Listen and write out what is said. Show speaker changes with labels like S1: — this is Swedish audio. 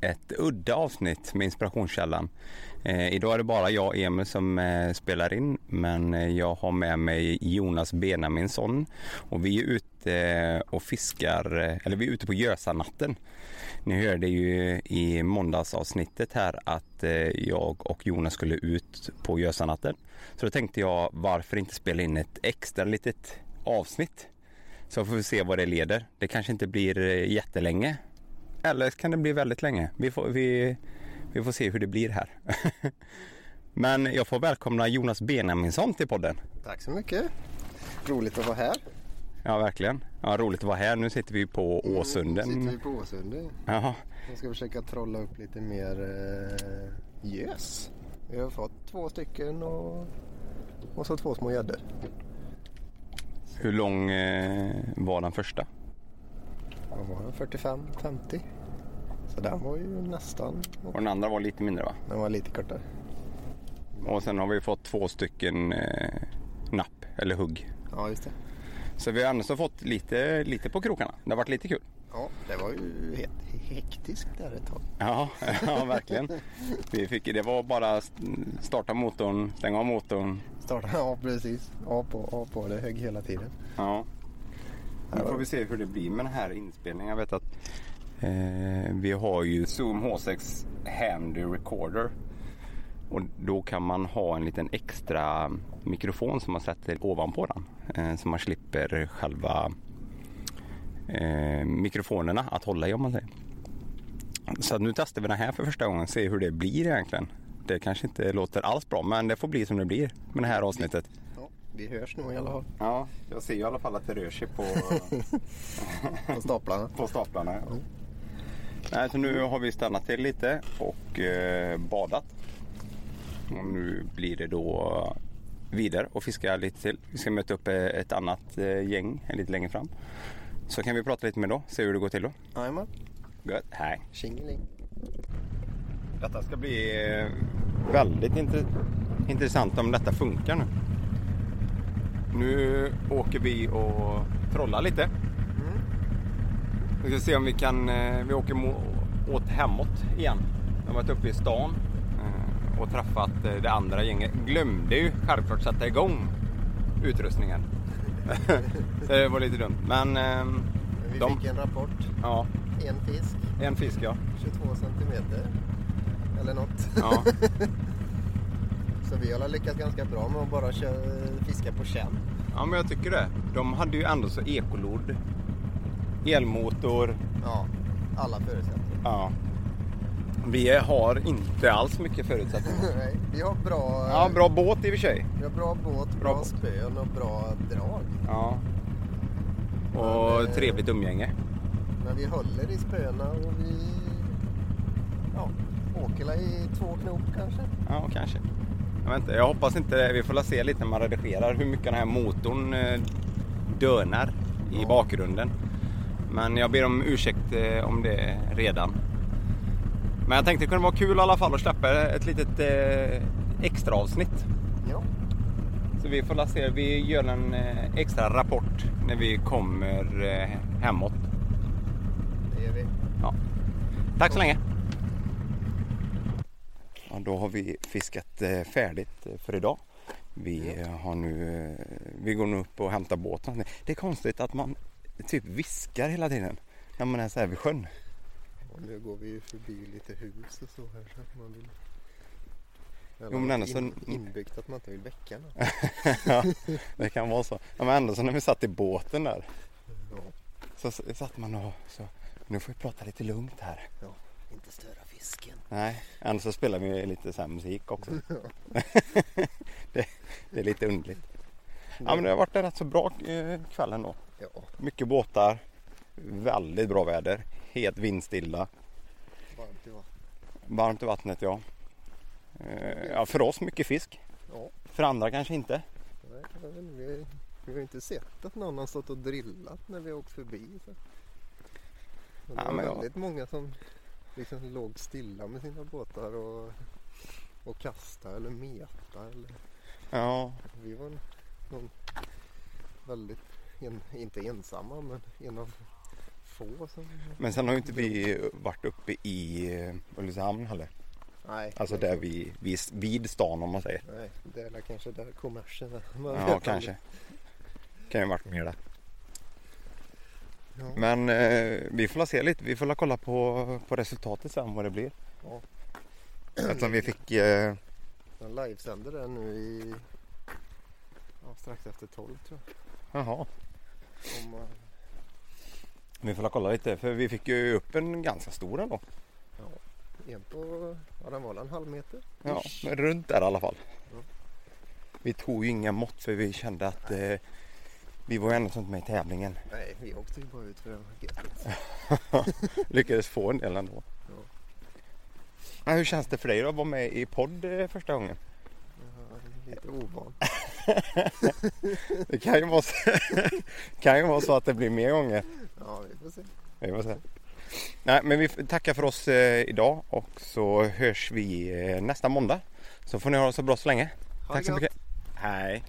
S1: ett udda avsnitt med Inspirationskällan. Eh, idag är det bara jag och Emil som eh, spelar in men eh, jag har med mig Jonas Benaminsson och vi är ute eh, och fiskar, eh, eller vi är ute på Gösanatten. Ni hörde ju i måndagsavsnittet här att eh, jag och Jonas skulle ut på Gösanatten. Så då tänkte jag varför inte spela in ett extra litet avsnitt så får vi se vad det leder. Det kanske inte blir eh, jättelänge. Eller så kan det bli väldigt länge. Vi får, vi, vi får se hur det blir här. Men jag får välkomna Jonas Benaminsson till podden.
S2: Tack så mycket. Roligt att vara här.
S1: Ja, verkligen. Ja, roligt att vara här. Nu sitter vi på
S2: Nu Mm, sitter vi
S1: Åsunden.
S2: på Åsunden.
S1: Ja,
S2: Jag ska försöka trolla upp lite mer eh, gös. Vi har fått två stycken och, och så två små gäddor.
S1: hur lång eh, var den första?
S2: Vad var den? 45-50? Så den var ju nästan...
S1: Och den andra var lite mindre va?
S2: Den var lite kortare.
S1: Och sen har vi fått två stycken eh, napp eller hugg.
S2: Ja, just det.
S1: Så vi har ändå så fått lite, lite på krokarna. Det har varit lite kul.
S2: Ja, det var ju he- hektiskt där ett tag.
S1: Ja, ja verkligen. Vi fick, det var bara st- starta motorn, stänga av motorn.
S2: Startade ja, precis. Ja på, ja på det högg hela tiden.
S1: Ja. Nu får vi se hur det blir med den här inspelningen. Jag vet att eh, vi har ju Zoom H6 Handy Recorder. Och då kan man ha en liten extra mikrofon som man sätter ovanpå den. Eh, så man slipper själva eh, mikrofonerna att hålla i om man säger. Så att nu testar vi den här för första gången se hur det blir egentligen. Det kanske inte låter alls bra men det får bli som det blir med det här avsnittet.
S2: Ja, vi hörs nog i alla fall
S1: Ja, jag ser ju i alla fall att det rör sig på,
S2: på staplarna.
S1: på staplarna. Nej, så nu har vi stannat till lite och eh, badat. Och nu blir det då vidare och fiska lite till. Vi ska möta upp eh, ett annat eh, gäng lite längre fram. Så kan vi prata lite med då, se hur det går till då.
S2: Jajamän.
S1: Gött, hej!
S2: Tjingeling.
S1: Detta ska bli eh, väldigt intre- intressant om detta funkar nu. Nu åker vi och trollar lite. Vi ska se om vi kan... eh, Vi åker mo- åt hemåt igen. Vi har varit uppe i stan eh, och träffat eh, det andra gänget. Glömde ju självklart sätta igång utrustningen. Så det var lite dumt. Men... ehm,
S2: Vi
S1: de,
S2: fick en rapport.
S1: ja,
S2: En fisk.
S1: en fisk ja.
S2: 22 centimeter eller något.
S1: ja.
S2: Så vi har lyckats ganska bra med att bara köra, fiska på känn.
S1: Ja, men jag tycker det. De hade ju ändå så ekolod, elmotor.
S2: Ja, alla förutsättningar.
S1: Ja. Vi har inte alls mycket förutsättningar.
S2: Nej, vi har bra,
S1: Ja, bra båt i och för sig.
S2: Vi har bra båt, bra,
S1: båt.
S2: spön och bra drag.
S1: Ja. Och trevligt umgänge.
S2: Men vi håller i spöna och vi ja, åker la i två knop kanske.
S1: Ja, kanske. Jag vet inte. Jag hoppas inte det. Vi får la se lite när man redigerar hur mycket den här motorn eh, dönar i
S2: Ja.
S1: bakgrunden. Men jag ber om ursäkt eh, om det redan. Men jag tänkte det kunde vara kul i alla fall att släppa ett litet eh, extra avsnitt.
S2: Ja,
S1: Så vi får la se. Vi gör en eh, extra rapport när vi kommer eh, hemåt.
S2: det gör vi.
S1: Ja. Tack så länge. Ja, då har vi fiskat eh, färdigt eh, för idag. Vi, eh, har nu, eh, vi går nu upp och hämtar båten. Det är konstigt att man typ viskar hela tiden när man är så här vid sjön.
S2: Och nu går vi ju förbi lite hus och så här så att man vill...
S1: Jo, men ändå så-
S2: Inbyggt att man inte vill väcka någon.
S1: ja, det kan vara så. Ja, men ändå så när vi satt i båten där så s- satt man och så, nu får vi prata lite lugnt här.
S2: Ja, inte störa fisken.
S1: Nej, ändå så spelar vi lite så här musik också. det, det är lite underligt. Ja, men det har varit en rätt så bra eh, kväll ändå.
S2: Ja,
S1: Mycket båtar, väldigt bra väder, helt vindstilla,
S2: varmt i vattnet.
S1: varmt i vattnet ja. Eh, ja för oss mycket fisk,
S2: Ja,
S1: för andra kanske inte.
S2: det kan man väl- vi Vi har ju inte sett att någon har stått och drillat när vi har åkt förbi. Så. Men det
S1: Ja,
S2: var
S1: men jag-
S2: väldigt många som liksom låg stilla med sina båtar och, och kastade eller metade. Eller.
S1: Ja,
S2: Vi var någon väldigt, en, inte ensamma, men en av få som...
S1: men sen har ju inte vi varit uppe i eh, Ulricehamn heller.
S2: Nej,
S1: Alltså där vi, vi, vid stan om man säger.
S2: Nej, det är väl kanske där kommersen är. Man vet
S1: Ja,
S2: aldrig.
S1: kanske. Kan ju ha varit mer där.
S2: Ja.
S1: Men eh, vi får la se lite. Vi får la kolla på, på resultatet sen vad det blir.
S2: Ja.
S1: Eftersom vi fick... Eh,
S2: Den livesänder är nu i ja, strax efter 12 tror jag.
S1: jaha.
S2: Om, eh,
S1: Vi får la kolla lite. För vi fick ju upp en ganska stor ändå.
S2: en på, ja den var en halv meter.
S1: Ja, men runt där i alla fall.
S2: Ja.
S1: Vi tog ju inga mått för vi kände att eh, vi var ju ändå inte med i tävlingen.
S2: Nej, vi åkte ju bara ut för det var gött.
S1: Lyckades få en del ändå.
S2: Ja.
S1: Men hur känns det för dig då att vara med i podd eh, första gången?
S2: Jag är lite ovan.
S1: Det kan ju vara så, kan ju vara så att det blir mer gånger.
S2: Ja, vi får se.
S1: Vi får se. Nej, men vi tackar för oss eh, idag och så hörs vi eh, nästa måndag. Så får ni ha det så bra så länge.
S2: Ha det
S1: Tack så
S2: gött.
S1: mycket. Hej.